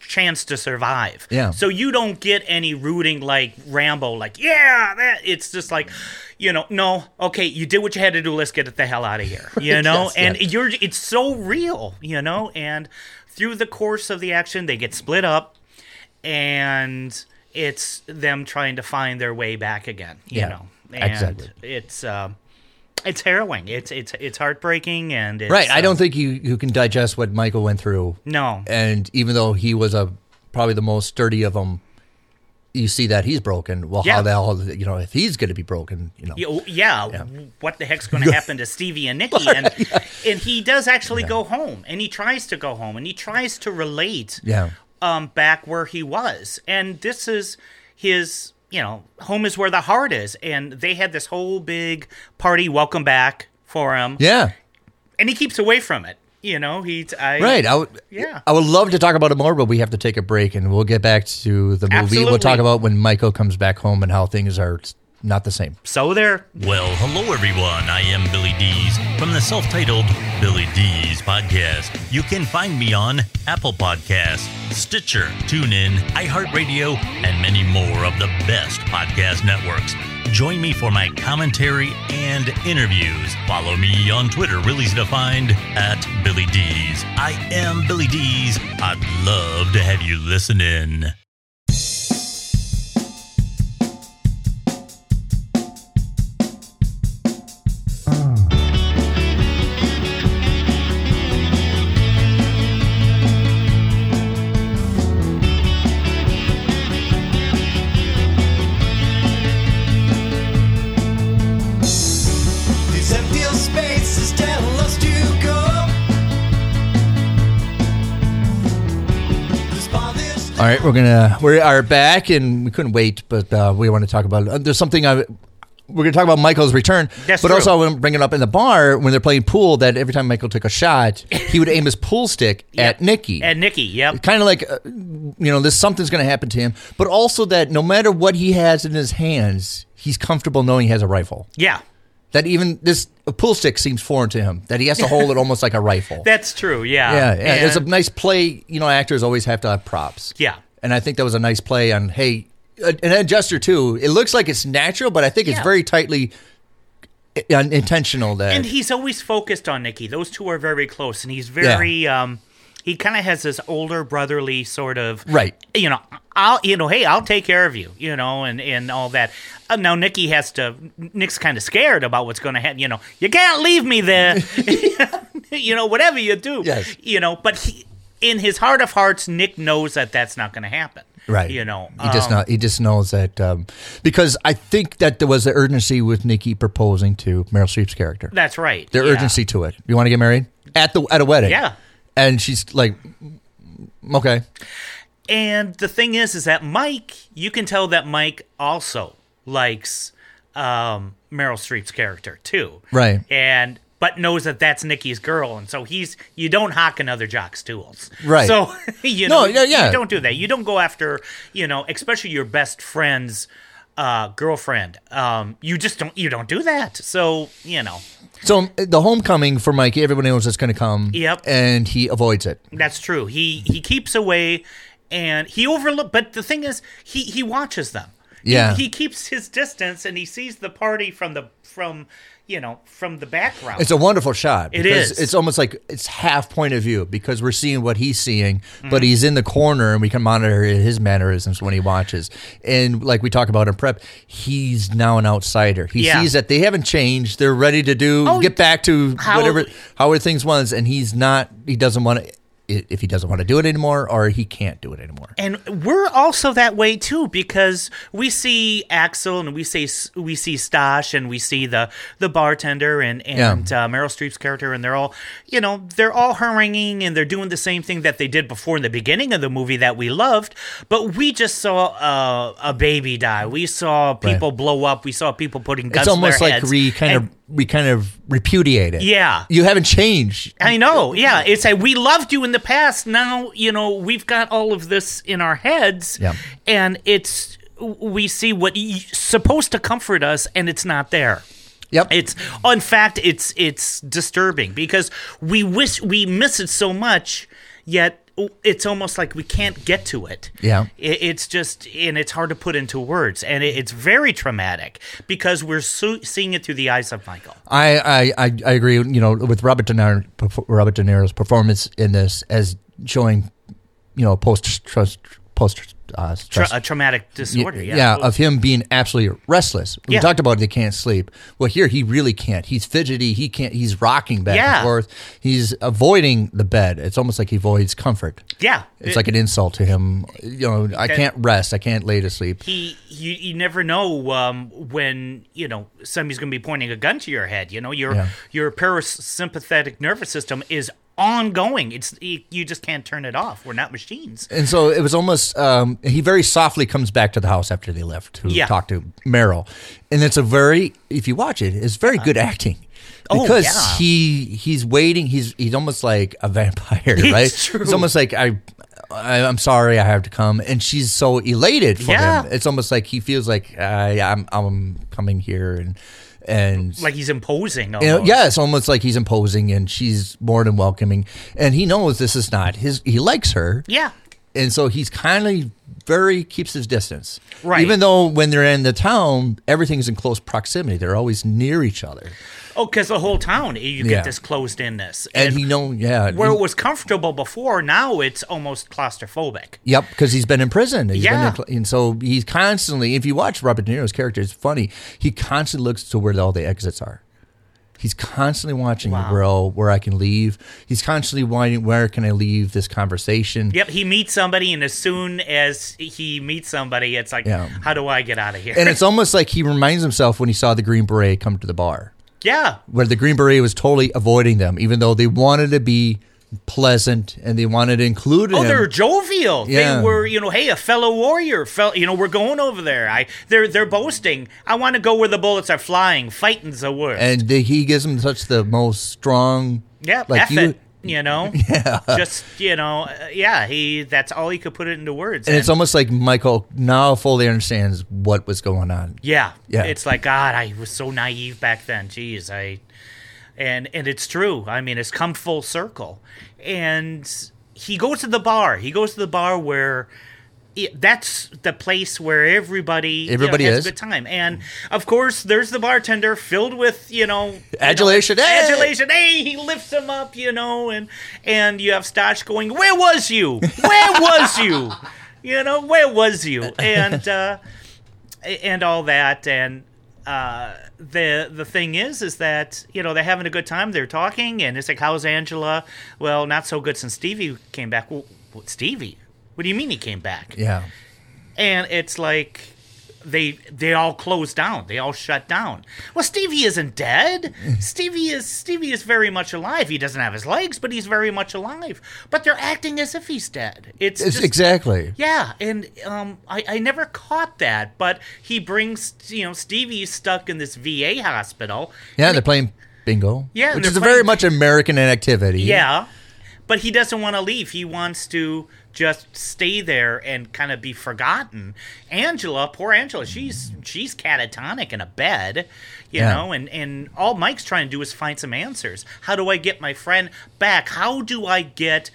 chance to survive. Yeah. So you don't get any rooting like Rambo, like yeah, that. It's just like. You know, no, okay, you did what you had to do. Let's get the hell out of here. You know, Yes, and yeah. you're it's so real. You know, and through the course of the action, they get split up and it's them trying to find their way back again. You Yeah, know, and exactly. It's um, it's harrowing. It's it's it's heartbreaking and it's, Right. I um, don't Eh. think you, you can digest what Michael went through. No. And even though he was a probably the most sturdy of them, you see that he's broken. Well, Yeah. how the hell, you know, if he's going to be broken, you know. Y- oh, Yeah, what the heck's going to happen to Stevie and Nikki? And and he does actually go home, and he tries to go home, and he tries to relate. Yeah. um, back where he was. And this is his, you know, home is where the heart is. And they had this whole big party welcome back for him. Yeah. And he keeps away from it. You know, he's I, Right. I would, Yeah. I would love to talk about it more, but we have to take a break and we'll get back to the movie. We'll Absolutely. talk about when Michael comes back home and how things are not the same. So there. Well, hello everyone. I am Billy Dees from the self-titled Billy Dees podcast. You can find me on Apple Podcasts, Stitcher, TuneIn, iHeartRadio, and many more of the best podcast networks. Join me for my commentary and interviews. Follow me on Twitter, real easy to find at Billy Dees. I am Billy Dees. I'd love to have you listen in. These empty spaces tell us to go. This bothers All right, we're gonna we are back, and we couldn't wait, but uh, we want to talk about. Uh, there's something I we're gonna talk about Michael's return, That's but true. also I want to bring it up in the bar when they're playing pool. That every time Michael took a shot, he would aim his pool stick at Nikki, And Nikki, yep. kind of like uh, you know, this something's gonna happen to him. But also that no matter what he has in his hands, he's comfortable knowing he has a rifle. Yeah. That even this a pool stick seems foreign to him. That he has to hold it almost like a rifle. That's true. Yeah. yeah, yeah. It's a And- nice play. You know, actors always have to have props. Yeah. And I think that was a nice play on, hey, a- an adjuster too. It looks like it's natural, but I think it's Yeah. very tightly i- un- intentional that. and he's always focused on Nikki. Those two are very close, and he's very um, he kind of has this older brotherly sort of Right. You know, I'll you know, hey, I'll take care of you, you know, and and all that. Uh, now Nikki has to. Nick's kind of scared about what's going to happen. You know, you can't leave me there. you know, whatever you do. Yes. You know, but he, in his heart of hearts, Nick knows that that's not going to happen. right. You know, he just um, not. He just knows that um, because I think that there was the urgency with Nikki proposing to Meryl Streep's character. That's right. the yeah. urgency to it. You want to get married at the at a wedding? Yeah. And she's like, okay, And the thing is, is that Mike, you can tell that Mike also likes um, Meryl Streep's character too, Right. And but knows that that's Nikki's girl, and so he's you don't hock another jock's tools, Right. So you No, know, yeah, yeah. you don't do that. You don't go after you know, especially your best friend's uh, girlfriend. Um, you just don't you don't do that. So you know, So uh, the homecoming for Mikey, everybody knows it's going to come. Yep. And he avoids it. That's true. He he keeps away, and he overlook. But the thing is, he he watches them. He- Yeah. he, keeps his distance, and he sees the party from the from you know from the background. It's a wonderful shot. It because is. It's almost like it's half point of view because we're seeing what he's seeing, Mm-hmm. but he's in the corner and we can monitor his mannerisms when he watches. And like we talk about in prep, he's now an outsider. He Yeah. sees that they haven't changed. They're ready to do Oh, get back to how- whatever how are things was, and he's not. He doesn't want to i- if he doesn't want to do it anymore or he can't do it anymore. and we're also that way too because we see Axel and we see we see Stash and we see the the bartender and and uh, Meryl Streep's character and they're all you know they're all haranguing and they're doing the same thing that they did before in the beginning of the movie that we loved but we just saw uh, a baby die we saw people blow up we saw people putting guns It's almost to their like heads. we kind And- of we kind of repudiate it. Yeah. you haven't changed. I know. Yeah, it's like we loved you in the past. Now you know we've got all of this in our heads, Yeah. and it's we see what y- supposed to comfort us, and it's not there. Yep, It's in fact, it's it's disturbing because we wish we miss it so much, yet it's almost like we can't get to it. Yeah. It, it's just and it's hard to put into words, and it, it's very traumatic because we're so, seeing it through the eyes of Michael. I, I, I, I agree. You know, with Robert De Niro, perf- Robert De Niro's performance in this as showing, you know, post trust post uh, Tra- stress. a traumatic disorder. Y- yeah, of him being absolutely restless. We Yeah. talked about they can't sleep. Well, here he really can't. He's fidgety. He can't. He's rocking back Yeah. and forth. He's avoiding the bed. It's almost like he avoids comfort. Yeah, It's like an insult to him. You know, I can't rest. I can't lay to sleep. he you, you never know um, when you know somebody's going to be pointing a gun to your head. You know your Yeah. your parasympathetic nervous system is ongoing. It's you you just can't turn it off. We're not machines. And so it was almost. Um, he very softly comes back to the house after they left to Yeah. talk to Meryl, and it's a very. If you watch it, it's very good acting. Uh-huh. Oh, Because yeah. he he's waiting. He's he's almost like a vampire, right? true. It's almost like I, I I'm sorry I have to come, and she's so elated for Yeah. him. It's almost like he feels like I I'm I'm coming here and and Like he's imposing. you know, almost. yeah, it's almost like he's imposing, and she's more than welcoming, and he knows this is not his. He likes her, yeah. and so he's kindly very keeps his distance. Right. Even though when they're in the town, everything's in close proximity. They're always near each other. Oh, because the whole town you get Yeah. this closed inness. And, he know yeah. where he- it was comfortable before, now it's almost claustrophobic. Yep, because he's been in prison. He's been Yeah. in cl- and so he's constantly. If you watch Robert De Niro's character, it's funny. He constantly looks to where all the exits are. He's constantly watching where all- where I can leave. He's constantly wondering where can I leave this conversation. Yep, he meets somebody, and as soon as he meets somebody, it's like, Yeah. how do I get out of here? And it's almost like he reminds himself when he saw the Green Beret come to the bar, yeah, where the Green Beret was totally avoiding them, even though they wanted to be pleasant and they wanted to include Oh, him. they're jovial. Yeah. They were, you know, hey, a fellow warrior. Fel- you know, we're going over there. I, they're, they're boasting. I want to go where the bullets are flying. Fighting's the word. and the, he gives him such the most strong. yeah, like F you. it. You know, yeah. just you know, uh, yeah. He, that's all he could put it into words. And it's almost like Michael now fully understands what was going on. yeah, Yeah. It's like God, I was so naive back then. Jeez, I, and and it's true. I mean, it's come full circle. And he goes to the bar. He goes to the bar where. it- that's the place where everybody Everybody you know, is. has a good time, and of course, there's the bartender filled with you know Adulation, you know, hey! adulation. Hey, he lifts him up, you know, and and you have Stash going, "Where was you? Where was you? You know, where was you?" And uh, and all that and uh, the the thing is is that you know they're having a good time they're talking and it's like how's angela well not so good since stevie came back well, what- stevie what do you mean he came back Yeah. and it's like they they all closed down they all shut down well stevie isn't dead stevie is stevie is very much alive he doesn't have his legs but he's very much alive but they're acting as if he's dead it's, It's just, exactly. yeah, and um, I, I never caught that, but he brings you know Stevie's stuck in this VA hospital. Yeah, they're playing bingo. Yeah, and Which they're is a very playing- much American activity. Yeah, but he doesn't want to leave. He wants to just stay there and kind of be forgotten. Angela, poor Angela, she's she's catatonic in a bed, you Yeah. know, and and all Mike's trying to do is find some answers. How do I get my friend back? How do I get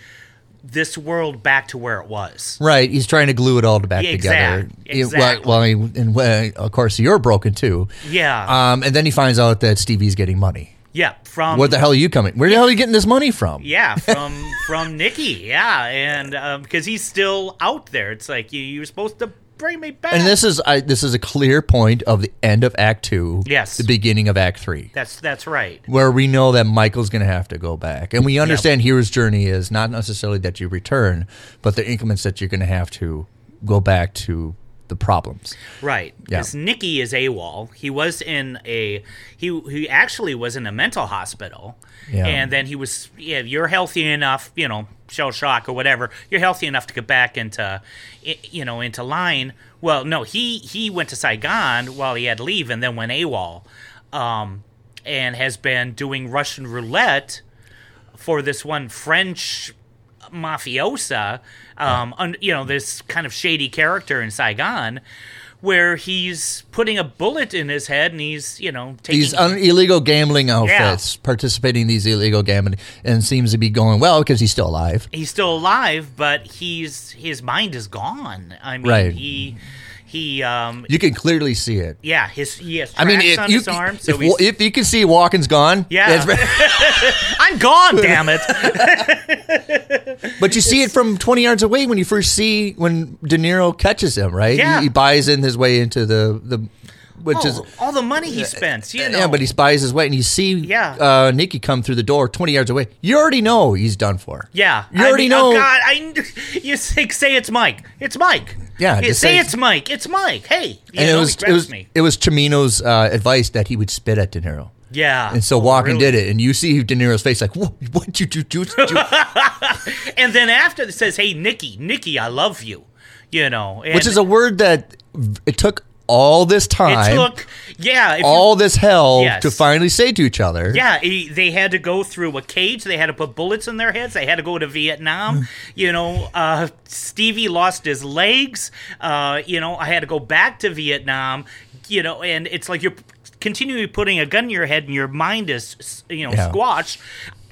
this world back to where it was? Right. He's trying to glue it all back Yeah, together. exact- It- exactly. well, well, I mean, and well, of course, you're broken too. Yeah, Um, and then he finds out that Stevie's getting money. yeah. From Where the hell are you coming? Where the hell are you getting this money from? Yeah, from um, from Nikki. Yeah, and because he's still out there, it's like you, you're supposed to bring me back. And this is I, this is a clear point of the end of Act Two. Yes. The beginning of Act Three. that's that's right. where we know that Michael's going to have to go back. And we understand hero's journey is not necessarily that you return, but the increments that you're going to have to go back to the problems. Right. Yeah. Because Nicky is AWOL. He was in a he he actually was in a mental hospital. Yeah. And then he was yeah, you're healthy enough, you know, shell shock or whatever. You're healthy enough to get back into i- you know, into line. Well, no, he he went to Saigon while he had leave and then went AWOL. Um and has been doing Russian roulette for this one French mafiosa, um, un, you know, this kind of shady character in Saigon, where he's putting a bullet in his head and he's, you know, taking. These un- illegal gambling outfits participating in these illegal gambling and seems to be going well because he's still alive. he's still alive, but he's his mind is gone. I mean, Right. he he um You can clearly see it. yeah his he has I mean, tracks if on you, his arm, if, so wa- he's, if you can see Walken's gone, Yeah. that's- I'm gone, damn it. but you see it from 20 yards away when you first see when De Niro catches him, right? He- Yeah. He, buys in his way into the, the which is Oh, all the money he spends, you know. Yeah, but he spies his way, and you see Yeah. uh, Nikki come through the door twenty yards away. You already know he's done for. Yeah, you I already mean, know. Oh God, I you say, say it's Mike. It's Mike. Yeah, You just say say- it's Mike. It's Mike. Hey, you and it know, was he it grabs was me. it was Chimino's uh, advice that he would spit at De Niro, Yeah, Oh, and so Walken did it, and you see De Niro's face like, "What? What you do? do, do? And then after it says, "Hey, Nikki, Nikki, I love you," you know, and Which is a word that it took all this it time, took. Yeah, if you- all this hell Yes. to finally say to each other. yeah, he, they had to go through a cage. They had to put bullets in their heads. They had to go to Vietnam. you know, uh, Stevie lost his legs. Uh, you know, I had to go back to Vietnam. You know, and it's like you're continually putting a gun in your head, and your mind is, you know, Yeah. squashed.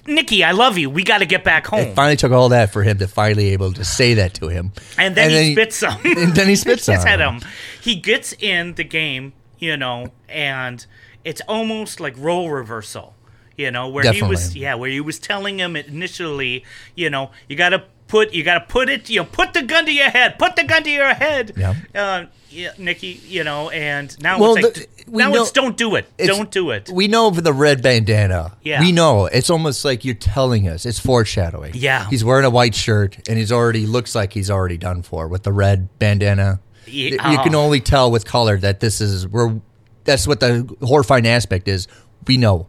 Nikki, I love you. We got to get back home. It finally took all that for him to finally able to say that to him, and then he spits some. and then he spits on Just at him. him. He gets in the game, you know, and it's almost like role reversal, you know, where he was Definitely. yeah, where he was telling him initially, you know, you got to put you got to put it, you know, put the gun to your head, put the gun to your head. Yeah. Uh, yeah, Nikki, you know, and now Well, it's like the- we now know- it's don't do it. It's- don't do it. We know of the red bandana. Yeah. We know. It's almost like you're telling us. It's foreshadowing. Yeah. He's wearing a white shirt and he's already looks like he's already done for with the red bandana. Ye- Y- You can oh. only tell with color that this is we're that's what the horrifying aspect is. We know.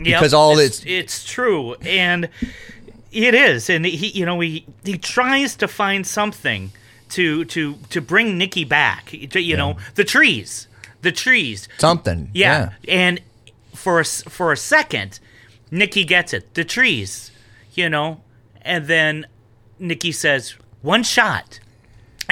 Yep, because all it's, it's- it's true and it is and he you know he he tries to find something to to to bring Nikki back to, you know the trees the trees Something. yeah. and for a, s- for a second Nikki gets it the trees you know and then Nikki says one shot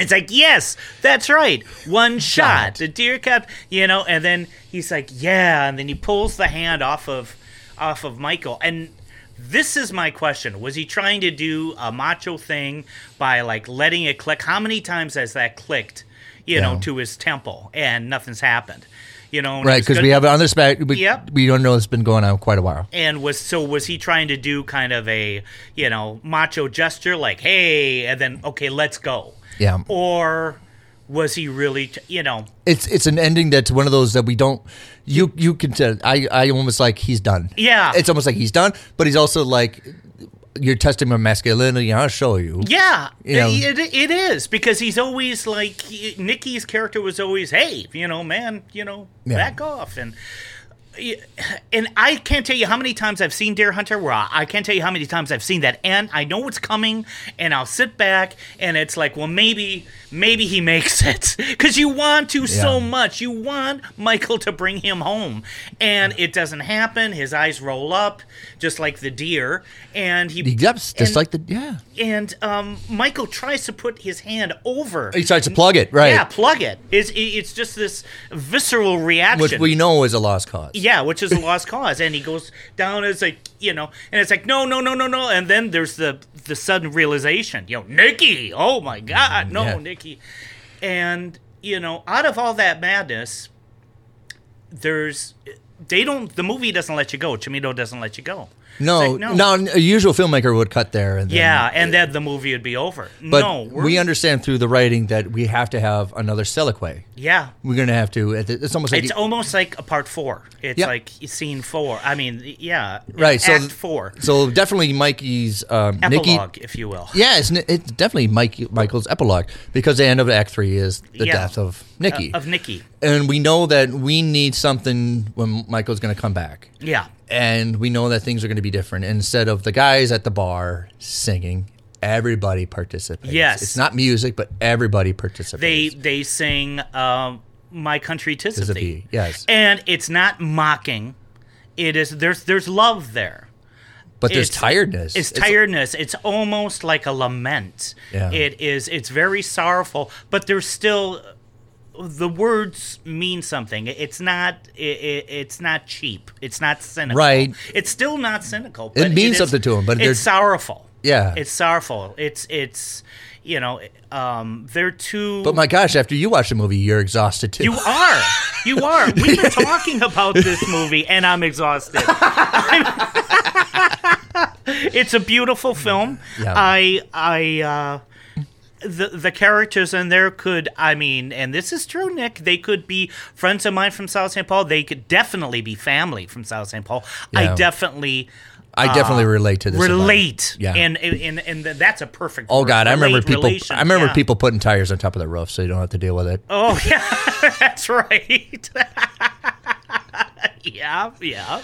it's like, yes, that's right. One shot. The deer kept, you know, and then he's like, yeah, and then he pulls the hand off of off of Michael. And this is my question. Was he trying to do a macho thing by like letting it click? How many times has that clicked, you know, Yeah. to his temple and nothing's happened? You know, and it Right, was because good- we have it on this back. We, Yep. we don't know it's been going on quite a while. and was so was he trying to do kind of a you know macho gesture like hey and then okay let's go Yeah. or was he really t- you know It's it's an ending that's one of those that we don't. You you can tell. I I almost like he's done. Yeah. it's almost like he's done, but he's also like, you're testing my masculinity. I'll show you. yeah You know. it, it is because he's always like he, Nikki's character was always hey you know man you know Yeah. back off and and I can't tell you how many times I've seen Deer Hunter. Where I, I can't tell you how many times I've seen that end. I know it's coming, and I'll sit back and it's like, well, maybe, maybe he makes it because you want to so Yeah. much. You want Michael to bring him home, and it doesn't happen. His eyes roll up, just like the deer, and he Yep, just and- like the yeah. and um, Michael tries to put his hand over. He tries to plug it right, Yeah, plug it. It's, it's just this visceral reaction. which we know is a lost cause. Yeah, which is a lost cause. And he goes down as like you know, and it's like no, no, no, no, no. And then there's the the sudden realization, you know, Nikki. Oh my God, no, Mm, Yeah. Nikki. And you know, out of all that madness, there's they don't. The movie doesn't let you go. Chimito doesn't let you go. No, It's like, no, a usual filmmaker would cut there. And then, yeah, and then the movie would be over. But no, we're- we understand through the writing that we have to have another Seliquay. yeah. We're going to have to. It's almost like It's almost like a part four. It's Yeah. like scene four. I mean, yeah, right. So Act four, So definitely Mikey's um, Nikki. epilogue, if you will. Yeah, it's, it's definitely Mike, Michael's epilogue because the end of Act Three is the Yeah. death of Nikki, Uh, Of Nikki, and we know that we need something when Michael's going to come back. yeah, and we know that things are going to be different. Instead of the guys at the bar singing, everybody participates. Yes. it's not music, but everybody participates. they they sing um, "My Country Tis, Tis of of Thee," Thee, yes. and it's not mocking. It is there's there's love there. but there's it's- tiredness. It's tiredness. It's, almost like a lament. Yeah. It is. It's very sorrowful, but there's still the words mean something. It's not. It, it, it's not cheap. It's not cynical. Right. It's still not cynical. It but means is- something to 'em, but they're- it's sorrowful. Yeah. It's sorrowful. It's it's you know um they're too. But my gosh, after you watch the movie, you're exhausted too. You are. You are. We were talking about this movie, and I'm exhausted. it's a beautiful film. Yeah. I, I, uh, the the characters in there could, I mean, and this is true, Nick. They could be friends of mine from South St. Paul. They could definitely be family from South St. Paul. I Yeah. definitely. I definitely relate to this. about it. Relate, Yeah. and and and that's a perfect. oh word. God, I remember Relate, people. relation, I remember yeah. people putting tires on top of the roof so you don't have to deal with it. Oh yeah, that's right. yeah, yeah.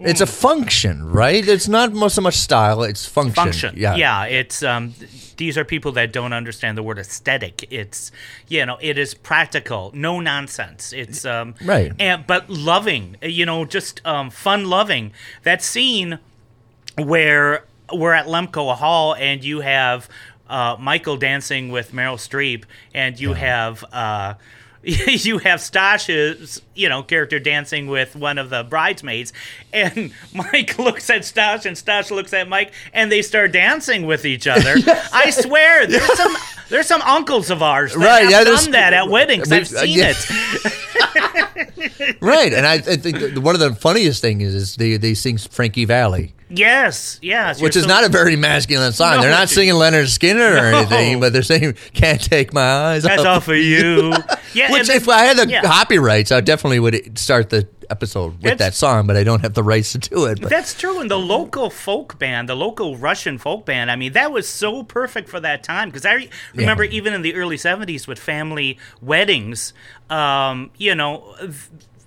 It's a function, right? It's not mo- so much style; it's function. Function. Yeah. Yeah. it's um th- these are people that don't understand the word aesthetic. It's you know, it is practical, no nonsense. It's um Right. and but loving, you know, just um fun loving. That scene where we're at Lemko Hall and you have uh, Michael dancing with Meryl Streep, and you have uh, you have Stash's you know character dancing with one of the bridesmaids, and Mike looks at Stash and Stash looks at Mike, and they start dancing with each other. I swear, there's some there's some uncles of ours that Right, have yeah, there's- done that at weddings. I've We've- uh, seen yeah. it. Right, and I, I think that one of the funniest things is, is they they sing Frankie Valley. Yes, yes. Which you're is so- not a very masculine song. No, they're not it- singing Leonard Skinner or anything, but they're saying "Can't Take My Eyes that's all Off." for you. Yeah, Which, and- if I had the yeah. copyrights, I definitely would start the episode with That's- that song, but I don't have the rights to do it. But That's true. And the local folk band, the local Russian folk band, I mean, that was so perfect for that time. Because I re- remember even in the early 70s with family weddings, um, you know. th-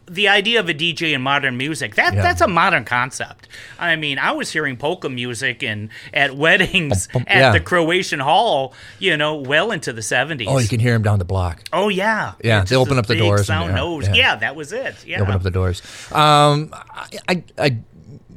the idea of a DJ in modern music that Yeah. that's a modern concept. I mean, I was hearing polka music and at weddings Bum, bum, at yeah. the Croatian Hall, you know, well into the 70s. oh, you can hear him down the block. Oh, yeah. Yeah, It's they just open a up the big doors and- Sound yeah, nose. yeah. Yeah. that was it. Yeah. Open up the doors. Um, I, I, I,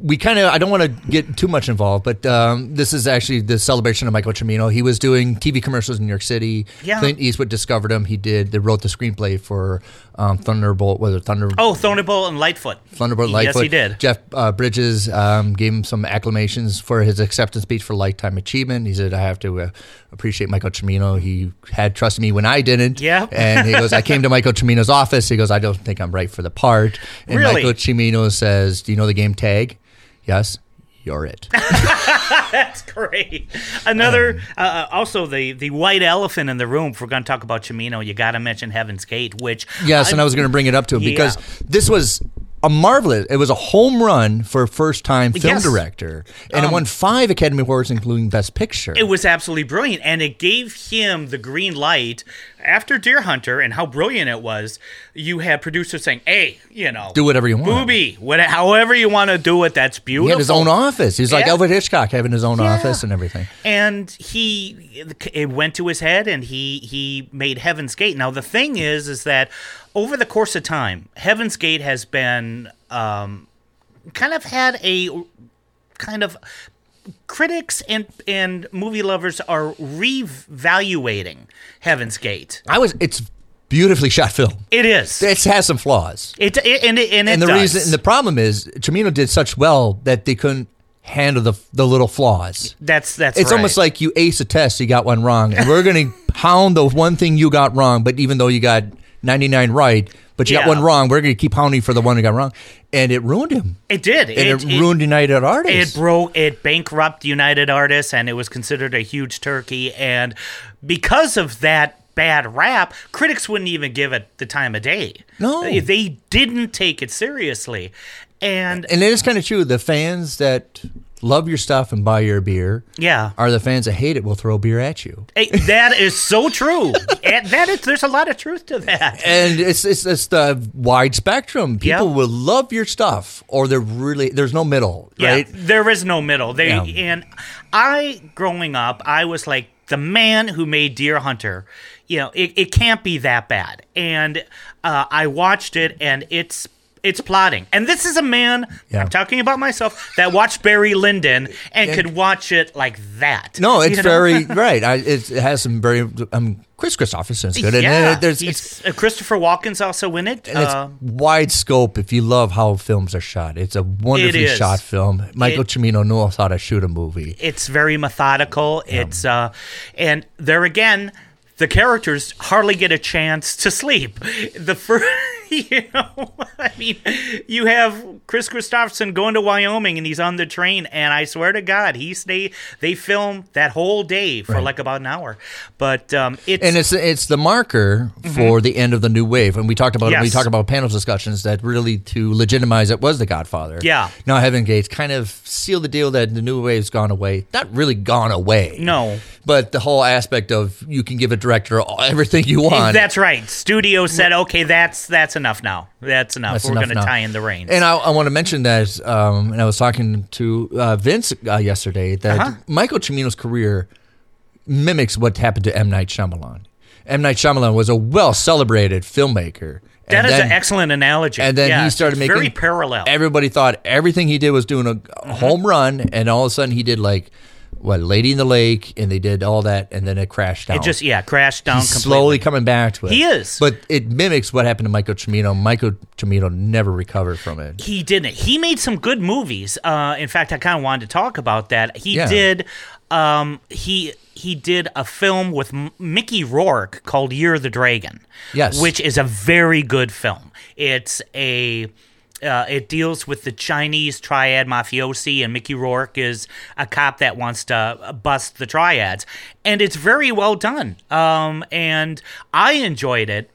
we kind of. I don't want to get too much involved, but um, this is actually the celebration of Michael Cimino. He was doing TV commercials in New York City. Yeah. Clint Eastwood discovered him. He did. They wrote the screenplay for um, Thunderbolt. Whether Thunderbolt. oh, Thunderbolt and Lightfoot. Thunderbolt Lightfoot. Yes, he did. Jeff uh, Bridges um, gave him some acclamations for his acceptance speech for lifetime achievement. He said, "I have to uh, appreciate Michael Cimino. He had trusted me when I didn't." Yeah. And he goes, "I came to Michael Cimino's office." He goes, "I don't think I'm right for the part." And Really? Michael Cimino says, "Do you know the game tag?" Yes. You're it. That's great. Um, Another, uh, uh, also the the white elephant in the room. If we're going to talk about Chimino, you got to mention Heaven's Gate, which Yes, and I was going to bring it up to him because Yeah. this was a marvelous. It was a home run for a first time film Yes. Um, director, and it won five Academy Awards, including Best Picture. it was absolutely brilliant, and it gave him the green light after Deer Hunter and how brilliant it was. You had producers saying, "Hey, you know, Do whatever you want. booby, what, however you want to do it. That's beautiful." He had his own office. He's like Yeah. Alfred Hitchcock having his own office and everything. and he it went to his head and he he made heaven's gate now the thing is is that over the course of time heaven's gate has been um kind of had a kind of critics and and movie lovers are revaluating heaven's gate I was. It's beautifully shot film. it is It has some flaws, it, it and it and, it and the does. reason, and the problem is, Tremino did such well that they couldn't handle the the little flaws. that's that's It's almost right. like you ace a test, you got one wrong, and we're going to hound the one thing you got wrong. But even though you got 99 right, but you Yeah. got one wrong. We're going to keep hounding for the one who got wrong. And it ruined him. It did. And it, ruined United It Artists. broke. It bankrupt United Artists, and it was considered a huge turkey. And because of that bad rap, critics wouldn't even give it the time of day. No. they, they didn't take it seriously. And, and it is kind of true. The fans that love your stuff and buy your beer yeah, are the fans that hate it will throw beer at you. eh, that is so true. and that is, there's a lot of truth to that. and it's, it's it's the wide spectrum. People Yeah. will love your stuff, or they're really there's no middle, right? Yeah, there is no middle. They Yeah. and I growing up, I was like the man who made Deer Hunter. You know, it, it can't be that bad. And uh, I watched it, and it's it's plotting. And this is a man Yeah. I'm talking about myself that watched Barry Lyndon and could watch it like that. No, it's You know? very right. I, it's, it has some very um, Chris Christopherson's good, and Yeah, it, there's it's, he's- uh, Christopher Walken's also in it. and it's Uh, wide scope. If you love how films are shot, it's a wonderfully is. shot film. Michael It- Cimino knows how to shoot a movie. it's very methodical it's uh and there again the characters hardly get a chance to sleep the first you know i mean you have chris christopherson going to wyoming and he's on the train and i swear to god he stay they film that whole day for Right. like about an hour but um it's, Mm-hmm. and it's it's the marker for the end of the new wave. And we talked about it when we Yes. talked about panel discussions that really to legitimize it was the Godfather. Yeah. Now Heaven Gates kind of sealed the deal that the new wave's gone away. Not really gone away. No. But the whole aspect of you can give a director all- everything you want. that's right studio said okay that's that's enough now that's enough That's we're enough gonna now. tie in the reins And I, I want to mention that, um, and I was talking to uh, Vince uh, yesterday that Uh-huh. Michael Cimino's career mimics what happened to M. Night Shyamalan. M. Night Shyamalan was a well celebrated filmmaker. that And is then- an excellent analogy And then Yeah, he started it's making very parallel Mm-hmm. Everybody thought everything he did was doing a home run, and all of a sudden he did like what Lady in the Lake, and they did all that, and then it crashed down. it just yeah crashed down He's completely slowly coming back to it. He is. but it mimics what happened to Michael Cimino. Michael Cimino never recovered from it. he didn't. He made some good movies. Uh, in fact, I kind of wanted to talk about that. He Yeah. did. Um, he he did a film with M- Mickey Rourke called Year of the Dragon. Yes. which is a very good film. It's a uh, it deals with the Chinese triad mafiosi, and Mickey Rourke is a cop that wants to bust the triads, and it's very well done. Um, and I enjoyed it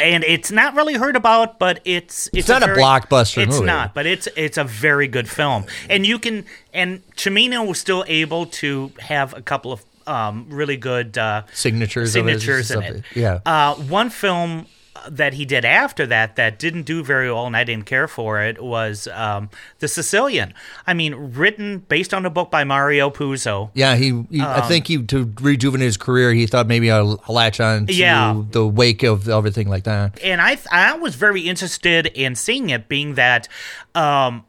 and it's not really heard about, but it's it's, not a blockbuster It's movie. not, but it's it's a very good film, and you can and Chimino was still able to have a couple of um, really good uh, Signatures of it is signatures in it. something- yeah. uh, one film that he did after that that didn't do very well, and I didn't care for it was um, the Sicilian. I mean, written based on a book by Mario Puzo. Yeah, he. he um, I think he to rejuvenate his career. He thought maybe I'll latch on to Yeah. the wake of everything like that. and I I was very interested in seeing it, being that um,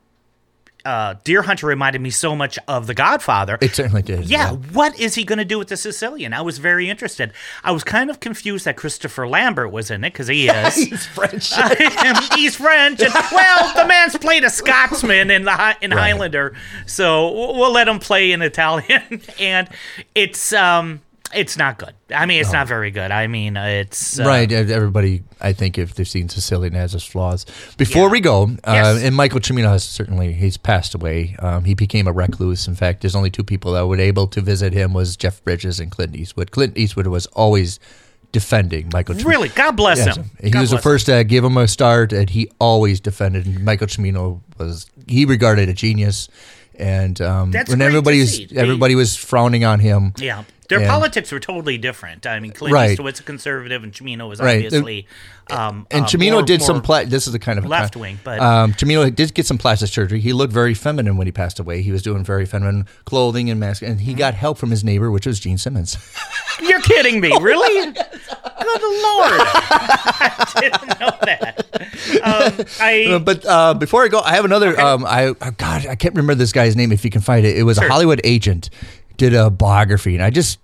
uh, Deer Hunter reminded me so much of The Godfather. It certainly did. yeah, what is he going to do with the Sicilian? I was very interested. I was kind of confused that Christopher Lambert was in it because he is. He's French. He's French, and well, the man's played a Scotsman in the Hi- in Right. Highlander, so we'll we'll let him play in Italian. and it's um, it's not good. I mean, it's not very good. I mean, it's uh, Right. ev- Everybody, I think, if they've seen Sicilian, has its flaws. Before we go, uh, Yes. and Michael Cimino has certainly he's passed away. Um, he became a recluse. In fact, there's only two people that were able to visit him was Jeff Bridges and Clint Eastwood. Clint Eastwood was always defending Michael. Cimino. Really, God bless Yes. him. He God was the bless him. first to give him a start, and he always defended. And Michael Cimino was he regarded a genius, and um, That's when great to everybody see. was They- everybody was frowning on him. Yeah. Their And- politics were totally different. I mean, Clint Right. Eastwood's a conservative, and Chimino was Right. obviously. Um, And uh, Chimino more- did more- some. Pla- this is the kind of left wing, but- um, Chimino did get some plastic surgery. He looked very feminine when he passed away. He was doing very feminine clothing and mask, and Mm-hmm. he got help from his neighbor, which was Gene Simmons. You're kidding me, really? Good lord! I didn't know that. Um, I but uh, before I go, I have another. Um, I oh, God, I can't remember this guy's name. If you can find it, it was a Hollywood agent did a biography, and I just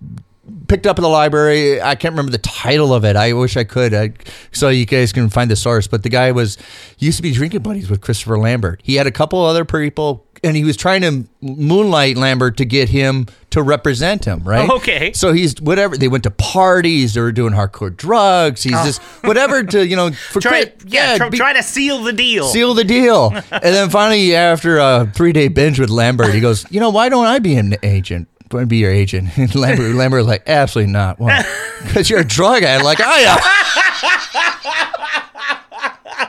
picked up in the library. I can't remember the title of it. I wish I could, I, so you guys can find the source. But the guy was he used to be drinking buddies with Christopher Lambert. He had a couple other people and he was trying to moonlight Lambert to get him to represent him, right? Okay. So he's whatever. They went to parties. They were doing hardcore drugs. He's just whatever to you know for Oh. Try, crit- yeah, try, be- try to seal the deal. seal the deal. and then finally, after a three day binge with Lambert, he goes, you know, why don't I be an agent? Why Be your agent. And Lambert, Lambert was like, absolutely not. Why? Because you're a drug addict like I uh, am.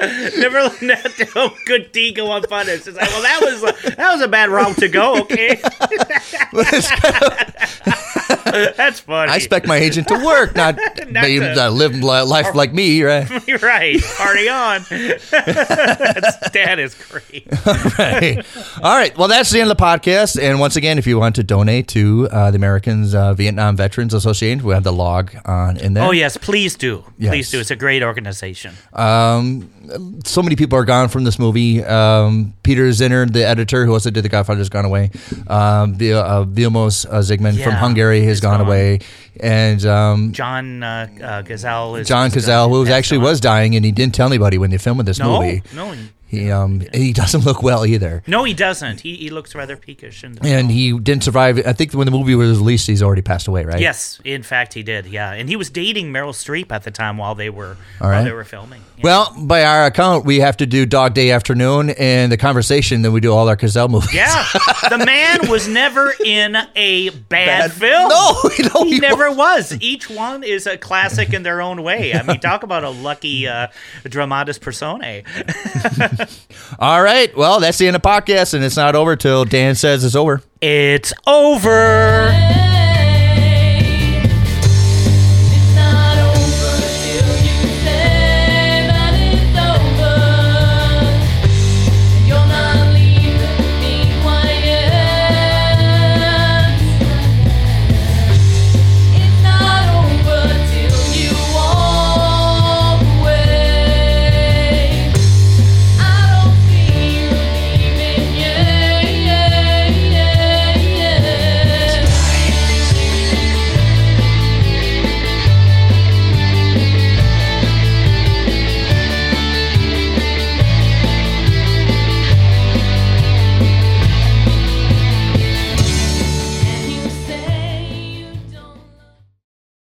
Never let that oh, good deed go unpunished. It's like, well, that was a, that was a bad route to go. Okay, that's funny. I expect my agent to work, not, Not be- to- uh, live li- life like me, right? You're right. Party on. that's, that is great. Right. All right. Well, that's the end of the podcast. And once again, if you want to donate to uh, the Americans uh, Vietnam Veterans Association, we have the log on in there. Oh yes, please do. Yes. Please do. It's a great organization. Um, so many people are gone from this movie. Um, Peter Zinner, the editor who also did The Godfather, has gone away. Um, Vi- uh, Vilmos uh, Zygmunt from Yeah, Hungary has he's gone, gone. away, and um, John uh, uh, Gazelle is John is Cazale, who was passed actually on. was dying, and he didn't tell anybody when they filmed this no, movie. no, he- He um, he doesn't look well either, no, he doesn't. He he looks rather peakish. In the and he didn't survive. I think when the movie was released, he's already passed away, right? Yes, in fact, he did. Yeah, and he was dating Meryl Streep at the time while they were All while right. they were filming. Yeah. Well, by our account, we have to do Dog Day Afternoon and the conversation. Then we do all our Cazale movies. Yeah, the man was never in a bad, Bad- film. No, you know, he, he never was. Each one is a classic in their own way. I mean, talk about a lucky uh, dramatis personae. All right. Well, that's the end of podcast, and it's not over till Dan says it's over. It's over.